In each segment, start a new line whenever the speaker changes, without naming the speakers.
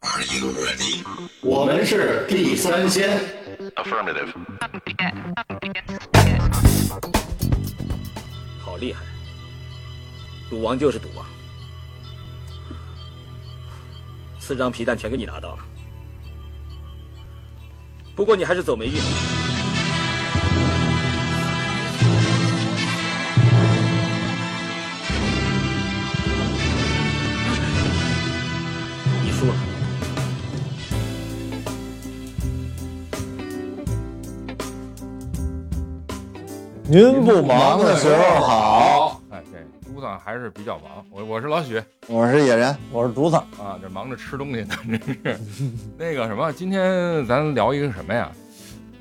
Are you ready?
我们是地三鲜。
Affirmative.
好厉害！赌王就是赌王，啊四张皮蛋全给你拿到了。不过你还是走霉运。你输了，
您不忙的时候好，
哎，对，嘟子还是比较忙。我我是老许
我是野人，
我是竹子。
啊，这忙着吃东西呢，真是。那个什么，今天咱聊一个什么呀？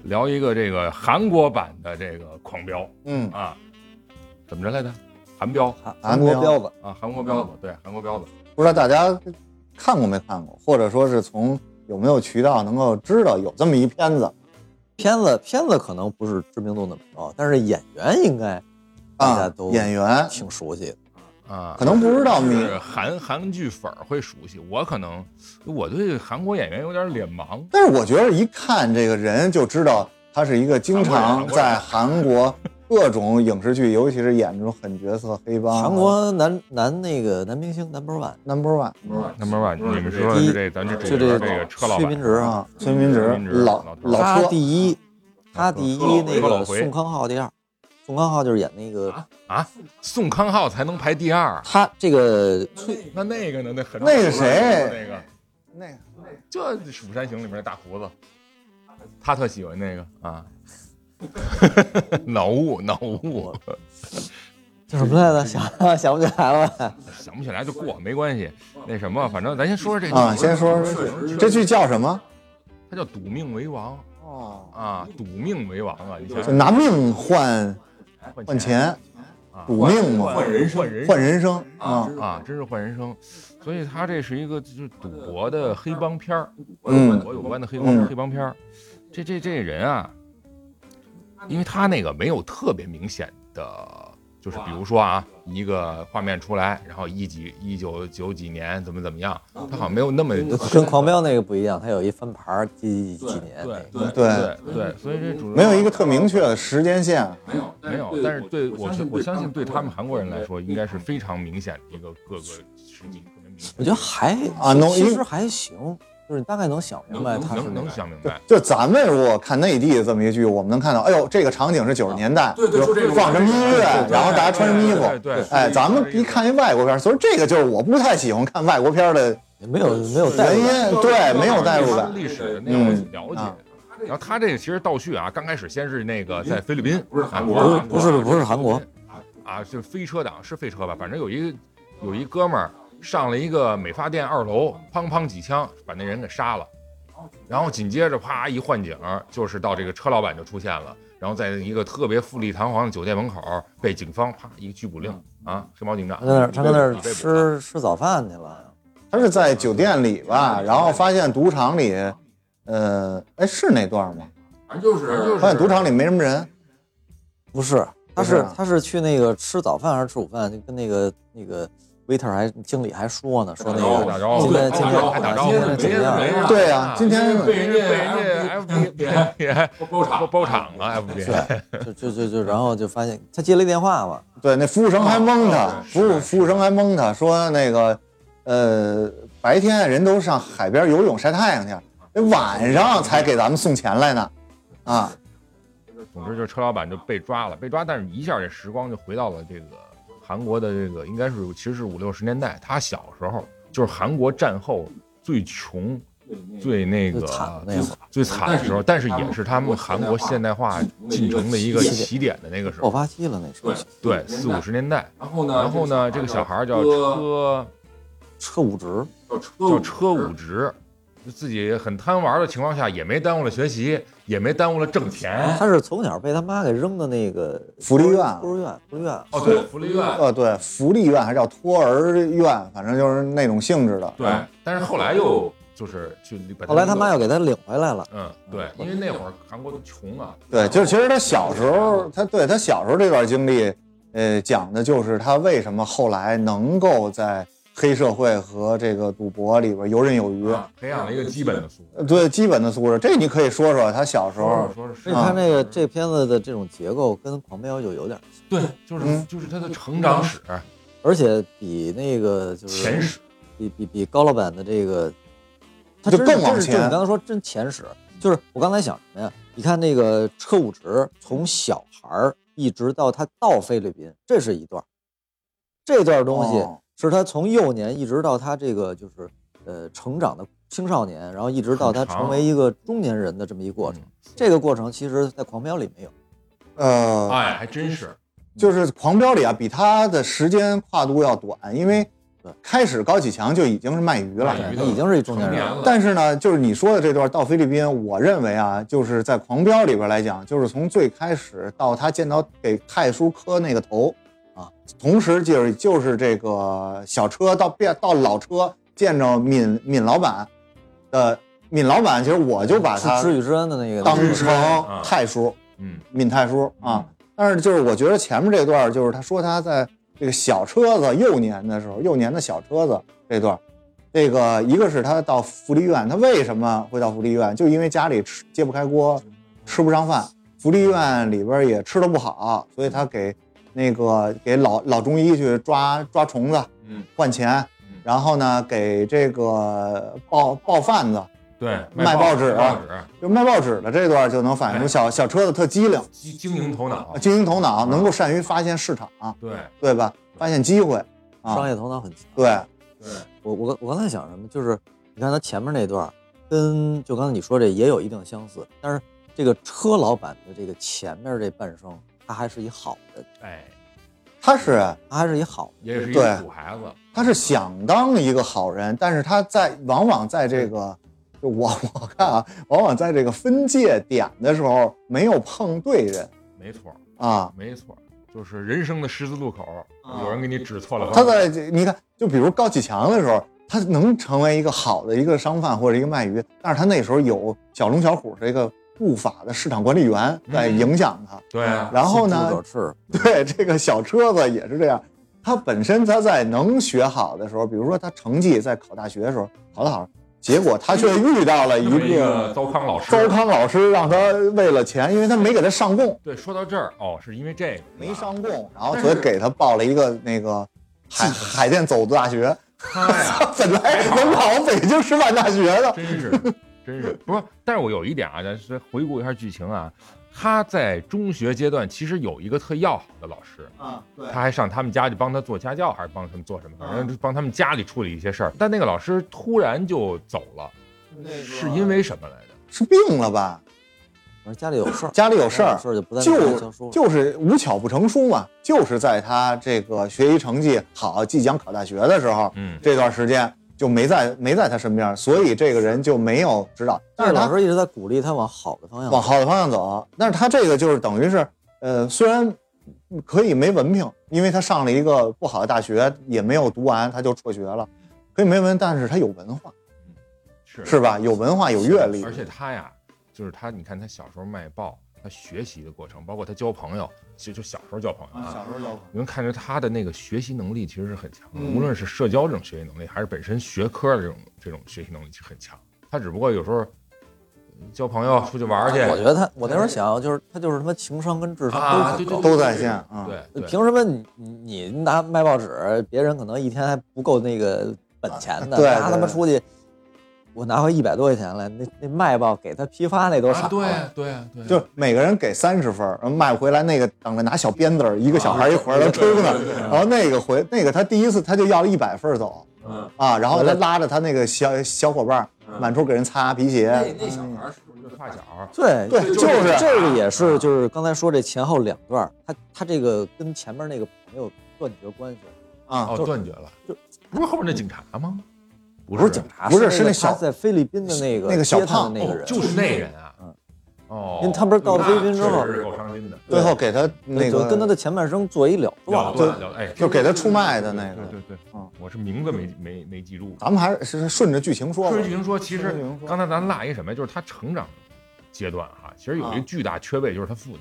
聊一个这个韩国版的这个狂飙
嗯，
啊，怎么着来着？韩飙
韩
韩
韩
国
国彪子，
啊，韩国彪子，对，韩国彪子。
不知道大家看过没看过，或者说是从有没有渠道能够知道有这么一片子
片子片子可能不是知名度那么高，但是演员应该大家
啊
都？
演员
挺熟啊悉的。
啊，
可能不知道你
是韩韩剧粉儿会熟悉，我可能我对韩国演员有点脸盲，
但是我觉得一看这个人就知道他是一个经常在韩国各种影视剧，尤其是演这种狠角色黑帮啊。
韩国男男那个男明星 number one，
number one
那么吧，你们说的
第一
是这咱这
就
这
这
个车老
崔
板
斌植啊，
啊，孙明
孙
植
明植
老
老
老
他
车
第一，他第一那
老
个
回
宋康昊第二，宋康昊就是演那个
啊，宋康昊才能排第二，啊
他这个崔
那那个呢？那很
那个谁
那个。
那个
这《釜山行》里面的大胡子，他特喜欢那个啊， 脑雾脑雾，
叫什么来着？想想不起来了。
想不起来就过，没关系。那什么，反正咱先说说这
啊，
剧
先说说这剧叫什么？
它叫《赌命为王
哦》，
啊，《赌命为王》啊，你想
就拿命换换钱，
啊
赌命嘛，
换人生，换人
换人生啊，
生啊，真是换人生。所以他这是一个就是赌博的黑帮片儿，
嗯
赌博有关的黑
嗯
帮黑帮片儿。这这这人啊，因为他那个没有特别明显的，就是比如说啊，一个画面出来，然后一几一九九几年怎么怎么样，他好像没有那么
跟狂飙那个不一样，他有一翻牌儿几几几年那
对
个。
对
对，
对，所以这主
没有一个特明确的时间线。
没有，但是对我我相信对他们韩国人来说，应该是非常明显的一个各个时期特别明显
我觉得还
啊能
其实还行，就是大概能想明白他是
能
哪
能
个。
想明白。
就咱们如果看内地的这么一剧，我们能看到，哎呦，这个场景是九十年代，对对，放什么音乐，然后大家穿什么衣
对对
服，
对，
哎，咱们一看一外国片儿，所以这个就是我不太喜欢看外国片儿的
也没有没有代
原因，
入感。
对，没有代入感。
历史的那
嗯
种了
啊
解。然后他这个其实倒叙啊，刚开始先是那个
嗯
在菲律宾，啊不是韩
不是不是不是韩国，
啊，是飞车党是飞车吧？反正有一个有一哥们儿上了一个美发店二楼，砰砰几枪把那人给杀了，然后紧接着啪一换景，就是到这个车老板就出现了，然后在一个特别富丽堂皇的酒店门口被警方啪一个拘捕令啊，黑猫警长
嗯他在那儿他在那儿
被捕了
吃吃早饭去了。
他是在酒店里吧，然后发现赌场里，呃，哎，是那段吗？
就是
发现赌场里没什么人，
不是，
不
他
是
是
啊
他是去那个吃早饭还是吃午饭？就跟那个那个 waiter 还经理还说呢，说那个
打招呼，
今天
打
今
招呼，
天
还打招呼，
今天怎么样？
对呀、今天
被人家被人家 FBI 包场包场了，FBI
就就就就然后就发现他接了一电话嘛，
对那服务生还蒙他，
哦是
服务服务生还蒙他说那个，呃，白天人都上海边游泳晒太阳去，那晚上才给咱们送钱来呢，啊，
总之就是车老板就被抓了，被抓，但是一下这时光就回到了这个韩国的这个应该是其实是五六十年代，他小时候就是韩国战后最穷。最那个
最惨的那会儿
最惨的时候，但是也是他们韩国现代化进程的一个起点的那个时候
爆，发期了那时候，
对四五十年代。
然后呢，
然后呢，这个小孩儿叫
车
车
车武职
叫
嗯
叫
车
车武职，就自己很贪玩的情况下，也没耽误了学习，也没耽误了挣钱。
他是从小被他妈给扔到那个
福利院
孤儿院，孤儿院。
哦，对，福利院，
呃，对，福利院还是叫托儿院，反正就是那种性质的。
对，嗯但是后来又就是去把
后来他妈又给他领回来了，
嗯，对，因为那会儿韩国都穷啊，
对，就是其实他小时候，他对他小时候这段经历，呃，讲的就是他为什么后来能够在黑社会和这个赌博里边游刃有余。
啊培养了一个基本的素质。
呃对，基本的素质，这你可以说说他小时候
说是。说是，啊
你看这个这片子的这种结构跟《狂飙》就有点像，
对，就是
嗯
就是他的成长史、
而且比那个就是
前史，
比比比高老板的这个，他
就
真
更
是
往
真是
前
就你刚才说真前史，就是我刚才想什么呀？你看那个车武直从小孩儿一直到他到菲律宾，这是一段儿，这段东西
哦
是他从幼年一直到他这个就是呃成长的青少年，然后一直到他
很长
成为一个中年人的这么一过程。
嗯
嗯
这个过程其实，在《狂飙》里没有。
呃，
哎，还真是，
就是《狂飙》里啊，比他的时间跨度要短，因为
对
开始高启强就已经是卖鱼了
卖。鱼
他已经是一中年人
成年
了
了，
但是呢，就是你说的这段到菲律宾，我认为啊，就是在《狂飙》里边来讲，就是从最开始到他见到给泰叔磕那个头
啊，
同时就是就是这个小车到变到老车见着闵闵老板的闵老板，其实我就把他
是知遇之恩的那个
当
知遇之恩
成
啊
泰叔，
嗯，
闵太叔啊。但是就是我觉得前面这段儿就是他说他在这个小车子幼年的时候，幼年的小车子这段儿，这个一个是他到福利院，他为什么会到福利院？就因为家里吃揭不开锅，
嗯
吃不上饭，福利院里边儿也吃的不好，所以他给那个给老老中医去抓抓虫子，
嗯，
换钱
嗯，
然后呢给这个报报贩子，
对，
卖报
报
纸啊
卖报纸，
就卖报纸的这段儿就能
哎
反映出小小车子特机灵，
经经营头脑，
啊
啊
经营头
嗯
脑，能够善于发现市场，
对
对吧？发现机会
商
啊，
业头脑很强。
对，
对，
我我刚我刚才想什么，就是你看他前面那段儿，跟就刚才你说这也有一定相似，但是这个车老板的这个前面这半生，他还是一好人，
哎，
他是
他还是一好人。
也是一
对
个苦孩子，
他是想当一个好人，但是他在往往在这个，就我我看啊，往往在这个分界点的时候没有碰对人
没错
啊。
没错，就是人生的十字路口，
啊
有人给你指错了方
他
向，
在你看，就比如高启强的时候，他能成为一个好的一个商贩或者一个卖鱼，但是他那时候有小龙小虎这个不法的市场管理员在
嗯
影响他，
对啊，
然后呢
心，猪狗吃，
对，这个小车子也是这样。他本身他在能学好的时候，比如说他成绩在考大学的时候考得好，结果他却嗯遇到了一
这么一
个
个糟糠老师，
糟糠老师，让他为了钱，因为他没给他上供，
对，说到这儿哦，是因为这个啊
没
是吧
上供，然后
但
所以
是
给他报了一个那个海海淀走读大学。
他呀，
本来能考北京师范大学的，
真是，真是不是？但是我有一点啊，咱是回顾一下剧情啊。他在中学阶段其实有一个特要好的老师，
啊，对
他还上他们家去帮他做家教，还是帮他们做什么，反正就帮他们家里处理一些事儿。但那个老师突然就走了，是因为什么来着？
是病了吧？
我说家里有事儿，
家里有事儿
事，儿就不在那
就
教书了。
就是无巧不成书嘛，就是在他这个学习成绩好，即将考大学的时候，
嗯，
这段时间就没在没在他身边，所以这个人就没有指导。但是
但是老
他
师一直在鼓励他往好的方向
往好的方向走，但是他这个就是等于是，呃，虽然可以没文凭，因为他上了一个不好的大学，也没有读完，他就辍学了。可以没文，但是他有文化，
是
是吧？有文
啊
化，有阅历
而，且他呀，就是他，你看他小时候卖报，他学习的过程，包括他交朋友，其实就小时候交朋友啊，
时候有
你能看出他的那个学习能力其实是很强的，
嗯
无论是社交这种学习能力，还是本身学科的这种这种学习能力就很强。他只不过有时候嗯交朋友、出去玩儿去，
我觉得他，我
哎
那时候想，就是他就是他妈情商跟智商都
啊，
很
对
高
对，
都在线啊
对对对，
凭什么你你你拿卖报纸，别人可能一天还不够那个本钱呢？
对
拿他
对
妈出去，我拿回一百多块钱来，那那卖报给他批发那多少
啊？对对对，
就是每个人给三十分儿，然后卖回来那个等着拿小鞭子儿，一个小孩儿一回来抽呢，然后那个回那个他第一次他就要了一百分儿走，
嗯
啊，然后他拉着他那个小小伙伴儿满处给人擦皮鞋，
那小孩是不是发小？
对
对
就
就是啊
这个也是，就是刚才说这前后两段儿，他他这个跟前面那个朋友断绝关系，
啊，
哦，断绝了，不是后面那警察吗？不
不是警察，
不是
啊是
是那
那个
小
他在菲律宾的那个
那个小
接他的
胖
那个
哦
人，，
就是那人啊
嗯，
哦，
因为他不是到菲律宾之后
那确实是够伤心的，
最后给他那
就
个
跟他的前半生做一了断
了。断了，哎，
就给他出卖的那个
对，对对，对
嗯啊
我是名字没没没记住，
咱们还是顺着剧情说吧
顺着剧情说，其
顺
实
着剧情
啊
说啊
刚才咱落一什么呀，就是他成长阶段哈、其实有一个巨大缺位，就是他父亲。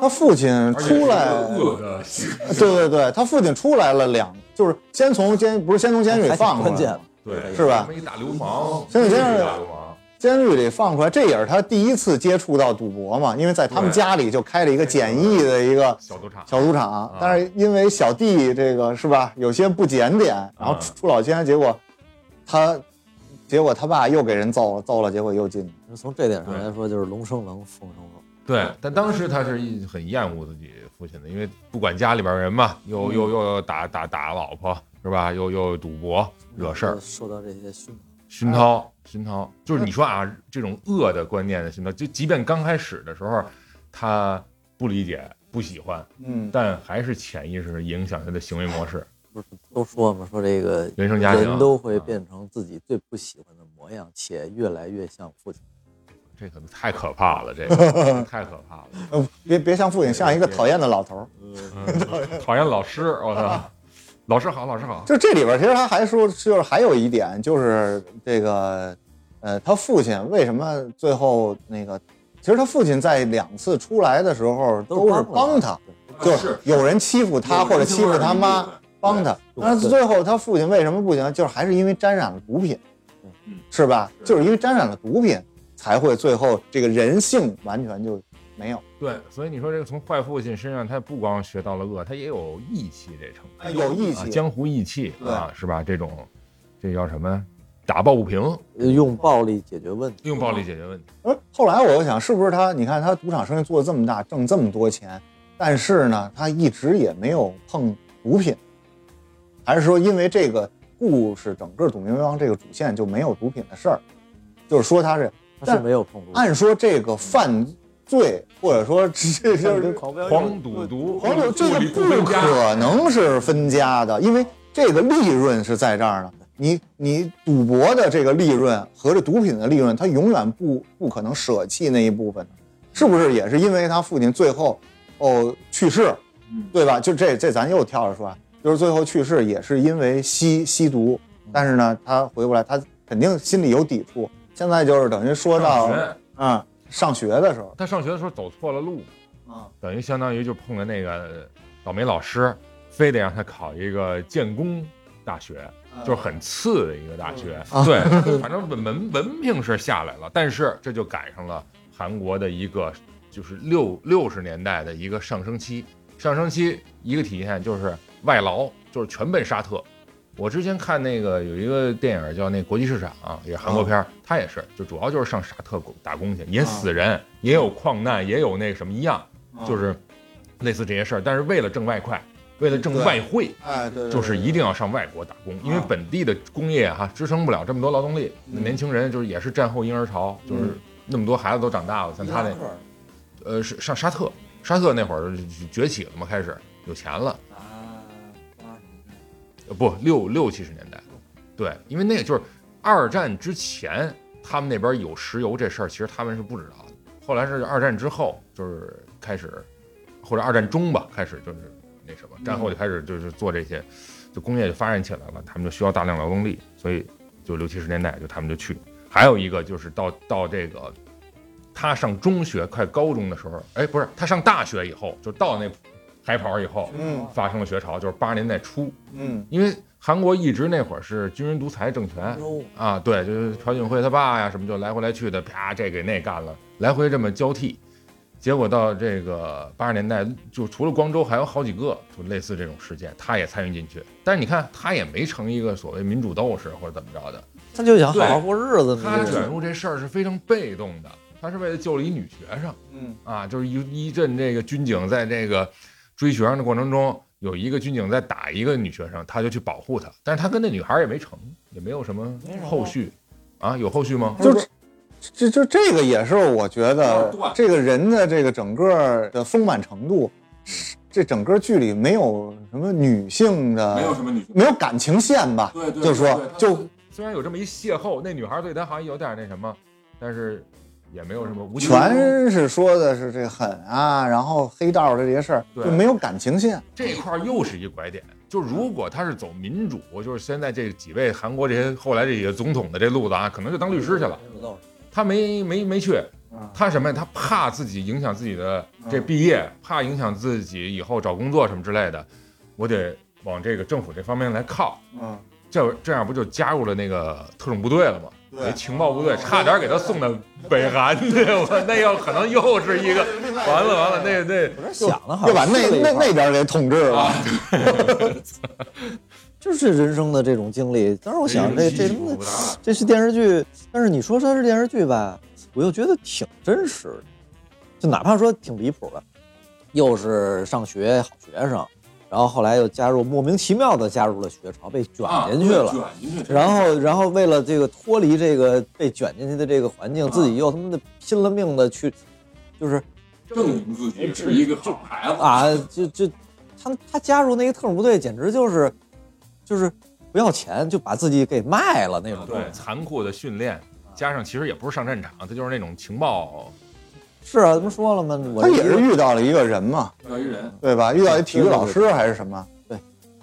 他父亲
而且是
出来，
恶的习惯
对对对，他父亲出来了两，就是先从监不是先从监狱里
还挺
放出
关
来
键
的
的，
对，
是吧
这么一大流氓，
现在真是
一大流氓，
监狱里放出来，这也是他第一次接触到赌博嘛，因为在他们
对
家里就开了一个简易的一个
小赌场，
小赌场，但是因为小弟这个是吧，有些不检点，然后
嗯
出出老千，结果他，结果他爸又给人揍了，揍了，结果又进去。
从这点上
对
来说，就是龙生龙，凤生凤。
对，但当时他是一很厌恶自己父亲的，因为不管家里边人嘛，又又又打打打老婆是吧？又又赌博惹事儿，
受到这些熏
熏
陶。
陶哎熏陶，就是你说啊，这种恶的观念的熏陶，就即便刚开始的时候他不理解不喜欢，
嗯，
但还是潜意识地影响他的行为模式。
不是都说嘛，说这个
原生家庭
人都会
嗯
变成自己最不喜欢的模样，且越来越像父亲。
这可能太可怕了，这个太可怕 了。
呃别别像父亲，像一个讨厌的老头儿。
嗯讨厌老师，我操！老师好，老师好。
就这里边，其实他还说，就是还有一点，就是这个，呃，他父亲为什么最后那个，其实他父亲在两次出来的时候都是帮他，就是有人欺负他或者欺负他妈，帮他。但是最后他父亲为什么不行？就是还是因为沾染了毒品，是吧？嗯就是因为沾染了毒品，才会最后这个人性完全就没有。
对，所以你说这个从坏父亲身上，他不光学到了恶，他也有义气这成分，
有义
啊，
气，
江湖义气
对
啊，是吧？这种，这叫什么？打抱不平，
呃用暴力解决问题。
用暴力解决问题。
而哎后来我又想，是不是他？你看他赌场生意做得这么大，挣这么多钱，但是呢，他一直也没有碰毒品，还是说因为这个故事整个《赌明王》这个主线就没有毒品的事儿？就是说他是，
他是没有碰触。
按说这个犯罪或者说这就是
黄赌毒，
黄赌这个
不
不可能是分家的，因为这个利润是在这儿呢。你你赌博的这个利润和这毒品的利润，他永远不不可能舍弃那一部分，是不是？也是因为他父亲最后哦去世，
嗯
对吧？就这这咱又跳着说啊，就是最后去世也是因为吸吸毒，
嗯
但是呢，他回过来，他肯定心里有抵触。现在就是等于说到
上学，
嗯上学的时候，
他上学的时候走错了路，
啊，
等于相当于就碰了那个倒霉老师，非得让他考一个建工大学，就是很次的一个大学。对，反正文文文凭是下来了，但是这就赶上了韩国的一个就是六六十年代的一个上升期。上升期一个体现就是外劳，就是全奔沙特。我之前看那个有一个电影叫那《国际市场》啊，也是韩国片儿，它也是就主要就是上沙特打工去，也死人，也有矿难，也有那什么一样，
嗯
就是类似这些事儿。但是为了挣外快，为了挣
对
外汇，
哎，对，对嗯
就是一定要上外国打工，因为本地的工业哈、支撑不了这么多劳动力。那年轻人就是也是战后婴儿潮，
嗯
就是那么多孩子都长大了，像他那，呃，是上沙特，沙特那会儿就崛起了嘛，开始有钱了，呃不六六七十年代，对，因为那个就是二战之前，他们那边有石油这事儿，其实他们是不知道的。后来是二战之后，就是开始，或者二战中吧，开始就是那什么，战后就开始就是做这些，就工业就发展起来了，他们就需要大量劳动力，所以就六七十年代就他们就去。还有一个就是到到这个。他上中学快高中的时候，哎，不是，他上大学以后，就到那海跑以后，
嗯
发生了学潮，就是八十年代初，
嗯
因为韩国一直那会儿是军人独裁政权
嗯
啊，对，就是朴槿惠他爸呀什么就来回来去的，啪这给那干了，来回这么交替，结果到这个八十年代，就除了光州还有好几个就类似这种事件，他也参与进去，但是你看他也没成一个所谓民主斗士或者怎么着的，
他就想好好过日子嘛。
他
这
卷
个
入这事儿是非常被动的，他是为了救了一女学生。
嗯
啊，就是一一阵这个军警在这个追学生的过程中，有一个军警在打一个女学生，他就去保护她，但是他跟那女孩也没成，也没有什么后续啊，有后续吗？
就这就这个也是我觉得这个人的这个整个的丰满程度，是这整个剧里没有什么女性的，没有什么女，没有感情线吧？对对，就说就
虽然有这么一邂逅，那女孩对他好像有点那什么，但是也没有什么无疾无痛
全是说的是这个狠啊，然后黑道的这些事儿，
对
就没有感情线。
这块儿又是一拐点。就如果他是走民主，就是现在这几位韩国这些后来这些总统的这路子啊，可能就当律师去了。他没没没去，啊他什么呀？他怕自己影响自己的这毕业，怕影响自己以后找工作什么之类的，我得往这个政府这方面来靠。
嗯，
这这样不就加入了那个特种部队了吗？
对
那情报部队差点给他送到北韩去，我那要可能又是一个完了完了，那那
有点想了，好
要
像
把那
是这一
那啊
块儿
那边给统治了。
就是人生的这种经历。当时我想，这这他妈的这是电视剧，但是你说它是电视剧吧，我又觉得挺真实的，就哪怕说挺离谱的，又是上学好学生，然后后来又加入莫名其妙的加入了学啊潮，被
啊
卷进去了。然后，然后为了这个脱离这个被卷进去的这个环境，自己又他妈的拼了命的去，就是
证明自己是一个好孩子。
啊，就就他他加入那个特种部队，简直就是就是不要钱就把自己给卖了那种。
对残酷的训练，加上其实也不是上战场，他就是那种情报
是啊，咱们说了吗？我
他也是遇到了一个人嘛，
钓鱼人，
对吧？遇到一体育老师还是什么？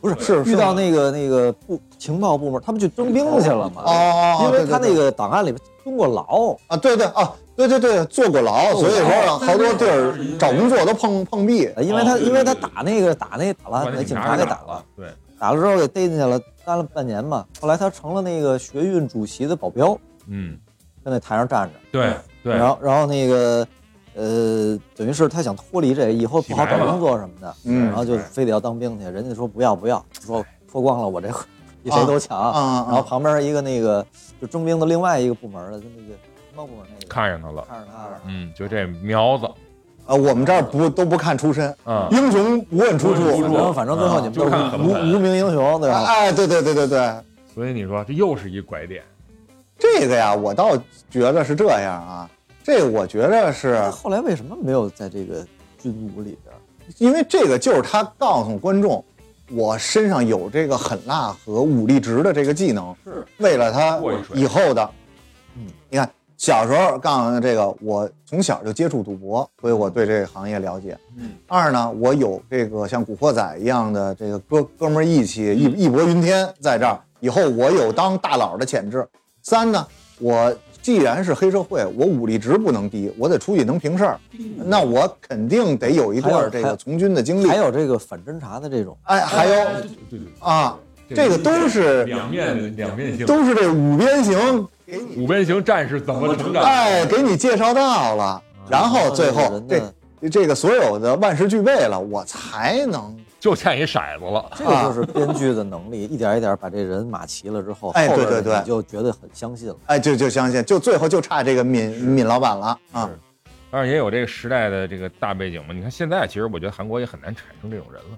不是
是哦
遇到那个那个部情报部门，他不去征兵去了吗？
哦哦哦，
因为他
对对
那
对
个档案里边蹲过牢，
啊，对对啊，对对对，坐过牢，哎所以说让好多地儿找工作都碰 碰壁。
因为他
哦对
因为他
对
打那个打那
把
打了，
那
啊那警
察
察
给
给
打
打
了
了，，
对，
打了之后给逮进去了，干了半年嘛。后来他成了那个学运主席的保镖，
嗯，
在那台上站着。
对对，
嗯然后然后那个呃，等于是他想脱离这，以后不好
洗白
找
了
工作什么的，
嗯
然后就非得要当兵去。人家说不要不要，说说光了我这 比谁都强。
啊啊啊
然后旁边一个那个就征兵的另外一个部门的，就那个什么部门那个
看上他了，
看着他了。
嗯，就这苗子，
啊，我们这儿不都不看出身，
嗯，
英雄不啊问出
不问
处
出
反。正反正最后你们都
啊就是看很
无
狠
无无名英雄，对吧？
哎，对对对对对，
所以你说这又是一拐点，
这个呀，我倒觉得是这样啊，这我觉得 是啊
那后来为什么没有在这个军伍里边？
因为这个就是他告诉观众，我身上有这个狠辣和武力值的这个技能，
是
为了他
过一水
以后的。
嗯，
你看小时候告诉这个，我从小就接触赌博，所以我对这个行业了解。
嗯，
二呢，我有这个像古惑仔一样的这个哥哥们儿义气，义义薄云天在这儿，以后我有当大佬的潜质。三呢，我既然是黑社会，我武力值不能低，我得出去能平事儿。那我肯定得有一段这个从军的经历
还，有这个反侦察的这种，
哎，还有
对对，
啊，这个都是
两面两面性，
都是这五边形给你，
五边形战士怎么成长？
哎，给你介绍到了，然后最后
人的
这这个所有的万事俱备了，我才能
就欠一骰子了。
这个就是编剧的能力，一点一点把这人码齐了之后，
哎
后边
对对对
你就觉得很相信了。
哎就就相信，就最后就差这个闵闵老板了啊
是，当然也有这个时代的这个大背景嘛。你看现在，其实我觉得韩国也很难产生这种人了，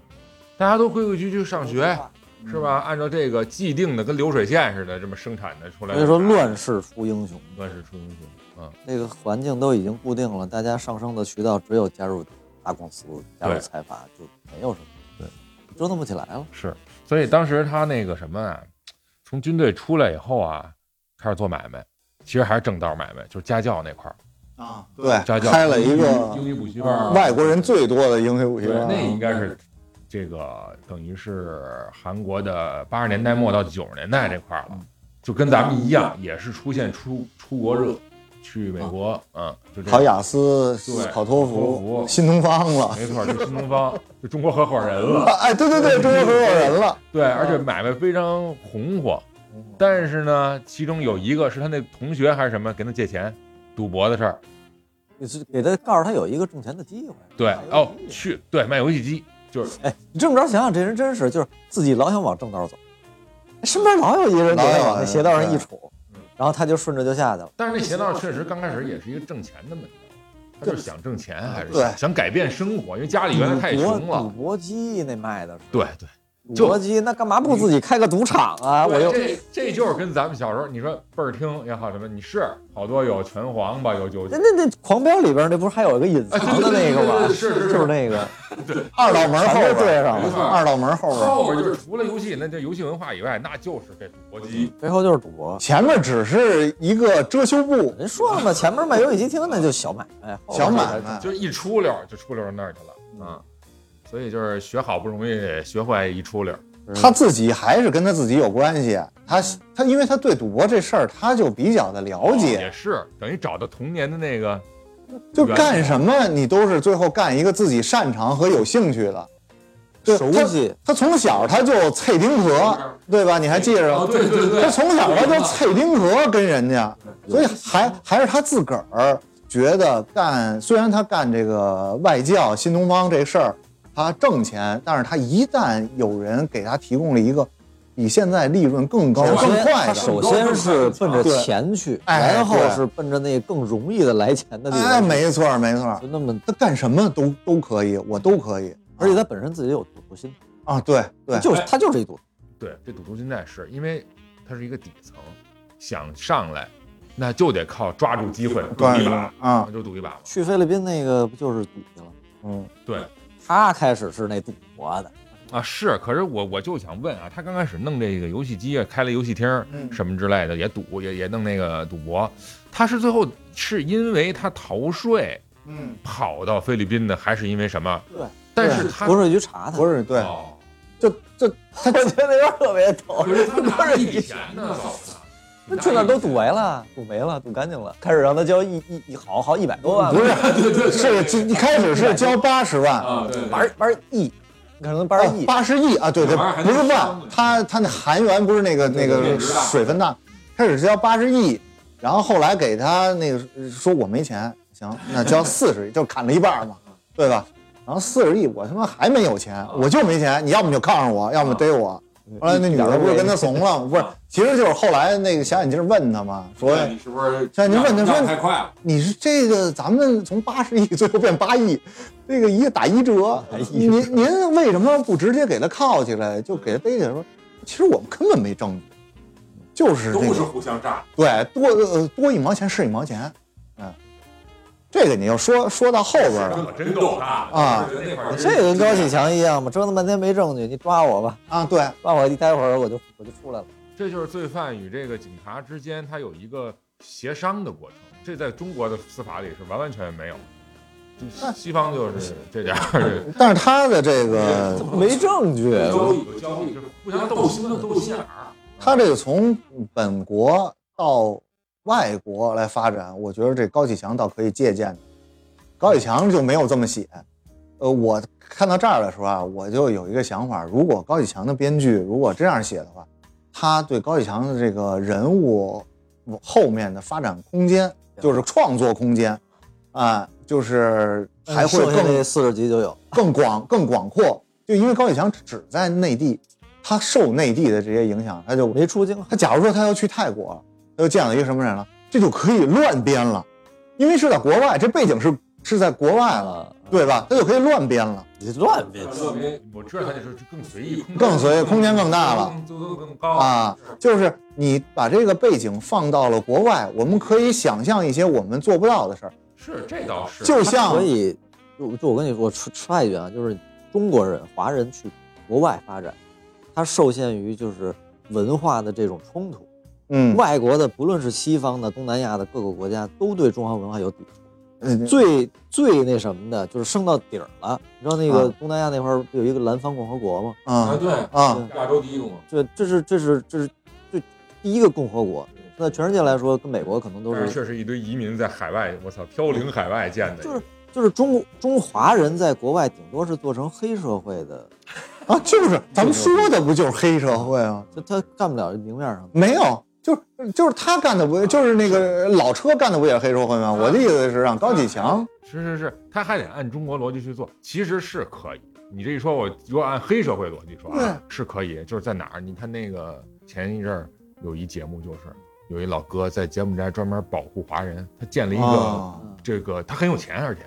大家都规规矩矩上学，啊是吧？按照这个既定的跟流水线似的这么生产的出来。
所以说，乱世出英雄，
乱世出英雄，嗯，
那个环境都已经固定了，大家上升的渠道只有加入大公司、加入
对
财阀，就没有什么，对，折腾不起来了。
是。所以当时他那个什么啊，从军队出来以后啊，开始做买卖，其实还是正道买卖，就是家教那块儿，
啊，对
家，教
开了一个
英语补习班儿，
外国人最多的英语补习
对，
班，
那应该是这个等于是韩国的八十年代末到九十年代这块儿了，就跟咱们一
嗯
样，也是出现出出国热，去美国，嗯，就这
考，雅思
对、
考托
托福
福、新东方 了，
没错，就新东方，就中国合伙人了，
哎，对对对，中国合伙人了，
对，而且买卖非常红火，
嗯
但是呢，其中有一个是他那同学还是什么跟他借钱赌博的事儿，
就是给他告诉他有一个挣钱的机会。
对，
哎
哦，去对卖游戏机，就是
哎，你这么着想想，这人真是就是自己老想往正道走，身边老有一个人给
老有
他往那
人
邪道上一
对
杵，然后他就顺着就下去了。
但是那邪道确实刚开始也是一个挣钱的门道，他就是想挣钱，还是
对
想改变生活，因为家里原来太
赌博
穷
赌
了。
博机那卖的是，
对对，
赌
就
博机那干嘛不自己开个赌场啊？我又
这这就是跟咱们小时候你说倍儿听也好什么，你是好多有拳皇吧，有有
那那那狂飙里边那不是还有一个隐藏的那个
哎对对对对
吗？
对是是是
就是那个，
二道门后
全
边
都对上了
没错
二道门后边
后边就是除了游戏，那这游戏文化以外，那就是这赌博机。
背后就是赌博。
前面只是一个遮羞布，
人说了嘛，前面卖游戏机厅那就小买卖，后
小
边
买卖
就是一出溜儿就出溜儿那儿去了啊。所以就是学好不容易，学坏一出溜儿。
他自己还是跟他自己有关系。他他，
哦
因为他对赌博这事儿，他就比较的了
也
解。
是等于找到童年的那个
就干什么你都是最后干一个自己擅长和有兴趣的。对
熟悉
他，他从小他就蔡丁河，对吧？你还记着
啊，
吗？
对对对，啊
他从小他就蔡丁河跟人家，所以还还是他自个儿觉得干，虽然他干这个外教新东方这事儿，他挣钱，但是他一旦有人给他提供了一个比现在利润更高、
首
更
先
快
他
的，
首先是奔着钱去，
哎
然后
对
是奔着那更容易的来钱的地方去。
哎，没错儿没错儿
就，那么，
他干什么都都可以，我都可以
而且他本身自己有赌徒心，
啊，对对，
啊就是他就是一赌徒。
对，这赌徒心态是因为它是一个底层，想上来，那就得靠抓住机会赌一把，
啊，
就赌一把嘛。
去菲律宾那个不就是赌去了？
嗯，
他开始是那赌博的，
啊，是，可是我我就想问啊，他刚开始弄这个游戏机啊，开了游戏厅儿
嗯
什么之类的，也赌，也也弄那个赌博，他是最后是因为他逃税
嗯，
跑到菲律宾的，还是因为什么？
对，
但是他
国税局查他
不。是对，
哦
就就他
我觉得那边特别逗，
可是他拿着一笔
以
钱
前
呢，
呢，
走
那去那儿都赌没了，赌没了，赌干净了，开始让他交一一一好好一百多万吧，
不是
啊对对
是这一开始是交八十万，
啊，对，
八十八十亿，可能八十亿，
八十亿啊，对对
哪儿还，
不是
能
万
伤呢，
他他那韩元不是那个那
对
个
对对
水分大，开始交八十亿，然后后来给他那个说我没钱，行，那交四十亿，就砍了一半儿
嗯
嘛，对吧？然后四十亿，我他妈还没有钱，我就没钱，你要么就炕上我，要么逮我。
嗯
后来那女的不是跟他怂了，不是，其实就是后来那个小眼镜问他嘛，说
你是不是？
像您问的问
太快了，
你是这个，咱们从八十亿最后变八亿，这个一个打一折，您您为什么不直接给他铐起来，就给他逮起来说，其实我们根本没证据，就是这
都是
个
互相诈，
对多呃多一毛钱是一毛钱，嗯，这个你要说说到后边了
我真够大的
啊
那块儿
这个跟高启强一样嘛，折腾半天没证据，你抓我吧，
啊，对，
抓我一待会儿我就我就出来了。
这就是罪犯与这个警察之间他有一个协商的过程，这在中国的司法里是完完全全没有，就西西方就是这点儿，这
但是他的这个
没证据，
交
嗯
易交易
就，是互相斗心的斗心眼儿。
他这个从本国到外国来发展，我觉得这高启强倒可以借鉴的。高启强就没有这么写。呃，我看到这儿的时候啊，我就有一个想法：如果高启强的编剧如果这样写的话，他对高启强的这个人物后面的发展空间，就是创作空间，啊、就是还会
剩下
更
那四十集就有，
更广更广阔。就因为高启强只在内地，他受内地的这些影响，他就
没出京，
他假如说他要去泰国，他又见到一个什么人了，这就可以乱编了，因为是在国外，这背景是是在国外了，
啊，
对吧？他就可以乱编了。
你乱编，
特别
我知道他就是更随意，空间
更随意空间更大了，
更更更高
啊，就是你把这个背景放到了国外，我们可以想象一些我们做不到的事儿，
是这倒是，
就像啊
所以就就我跟你说，我插插一句啊，就是中国人华人去国外发展，他受限于就是文化的这种冲突，
嗯，
外国的不论是西方的、东南亚的各个国家，都对中华文化有抵触。
嗯
最最那什么的，就是升到底儿了。你知道那个
啊
东南亚那块儿不有一个南方共和国吗？
啊，
啊
对，
啊，
亚洲第一个嘛，
这这是这是这是最第一个共和国。
嗯
那全世界来说，跟美国可能都
但是
是
确实一堆移民在海外，我操，飘零海外建的，
就是就是中中华人在国外顶多是做成黑社会的，
啊，就是咱们说的不就是黑社会吗？
就他干不了明面上的。
没有，就是就是他干的
啊
不就是那个老车干的不也是黑社会吗？我的意思是让高启强，啊
是是是，他还得按中国逻辑去做，其实是可以。你这一说，我如果按黑社会逻辑说啊，是可以，就是在哪儿？你看那个前一阵儿有一节目，就是有一老哥在柬埔寨专门保护华人，他建了一个、
哦
啊
这个，他很有钱，而且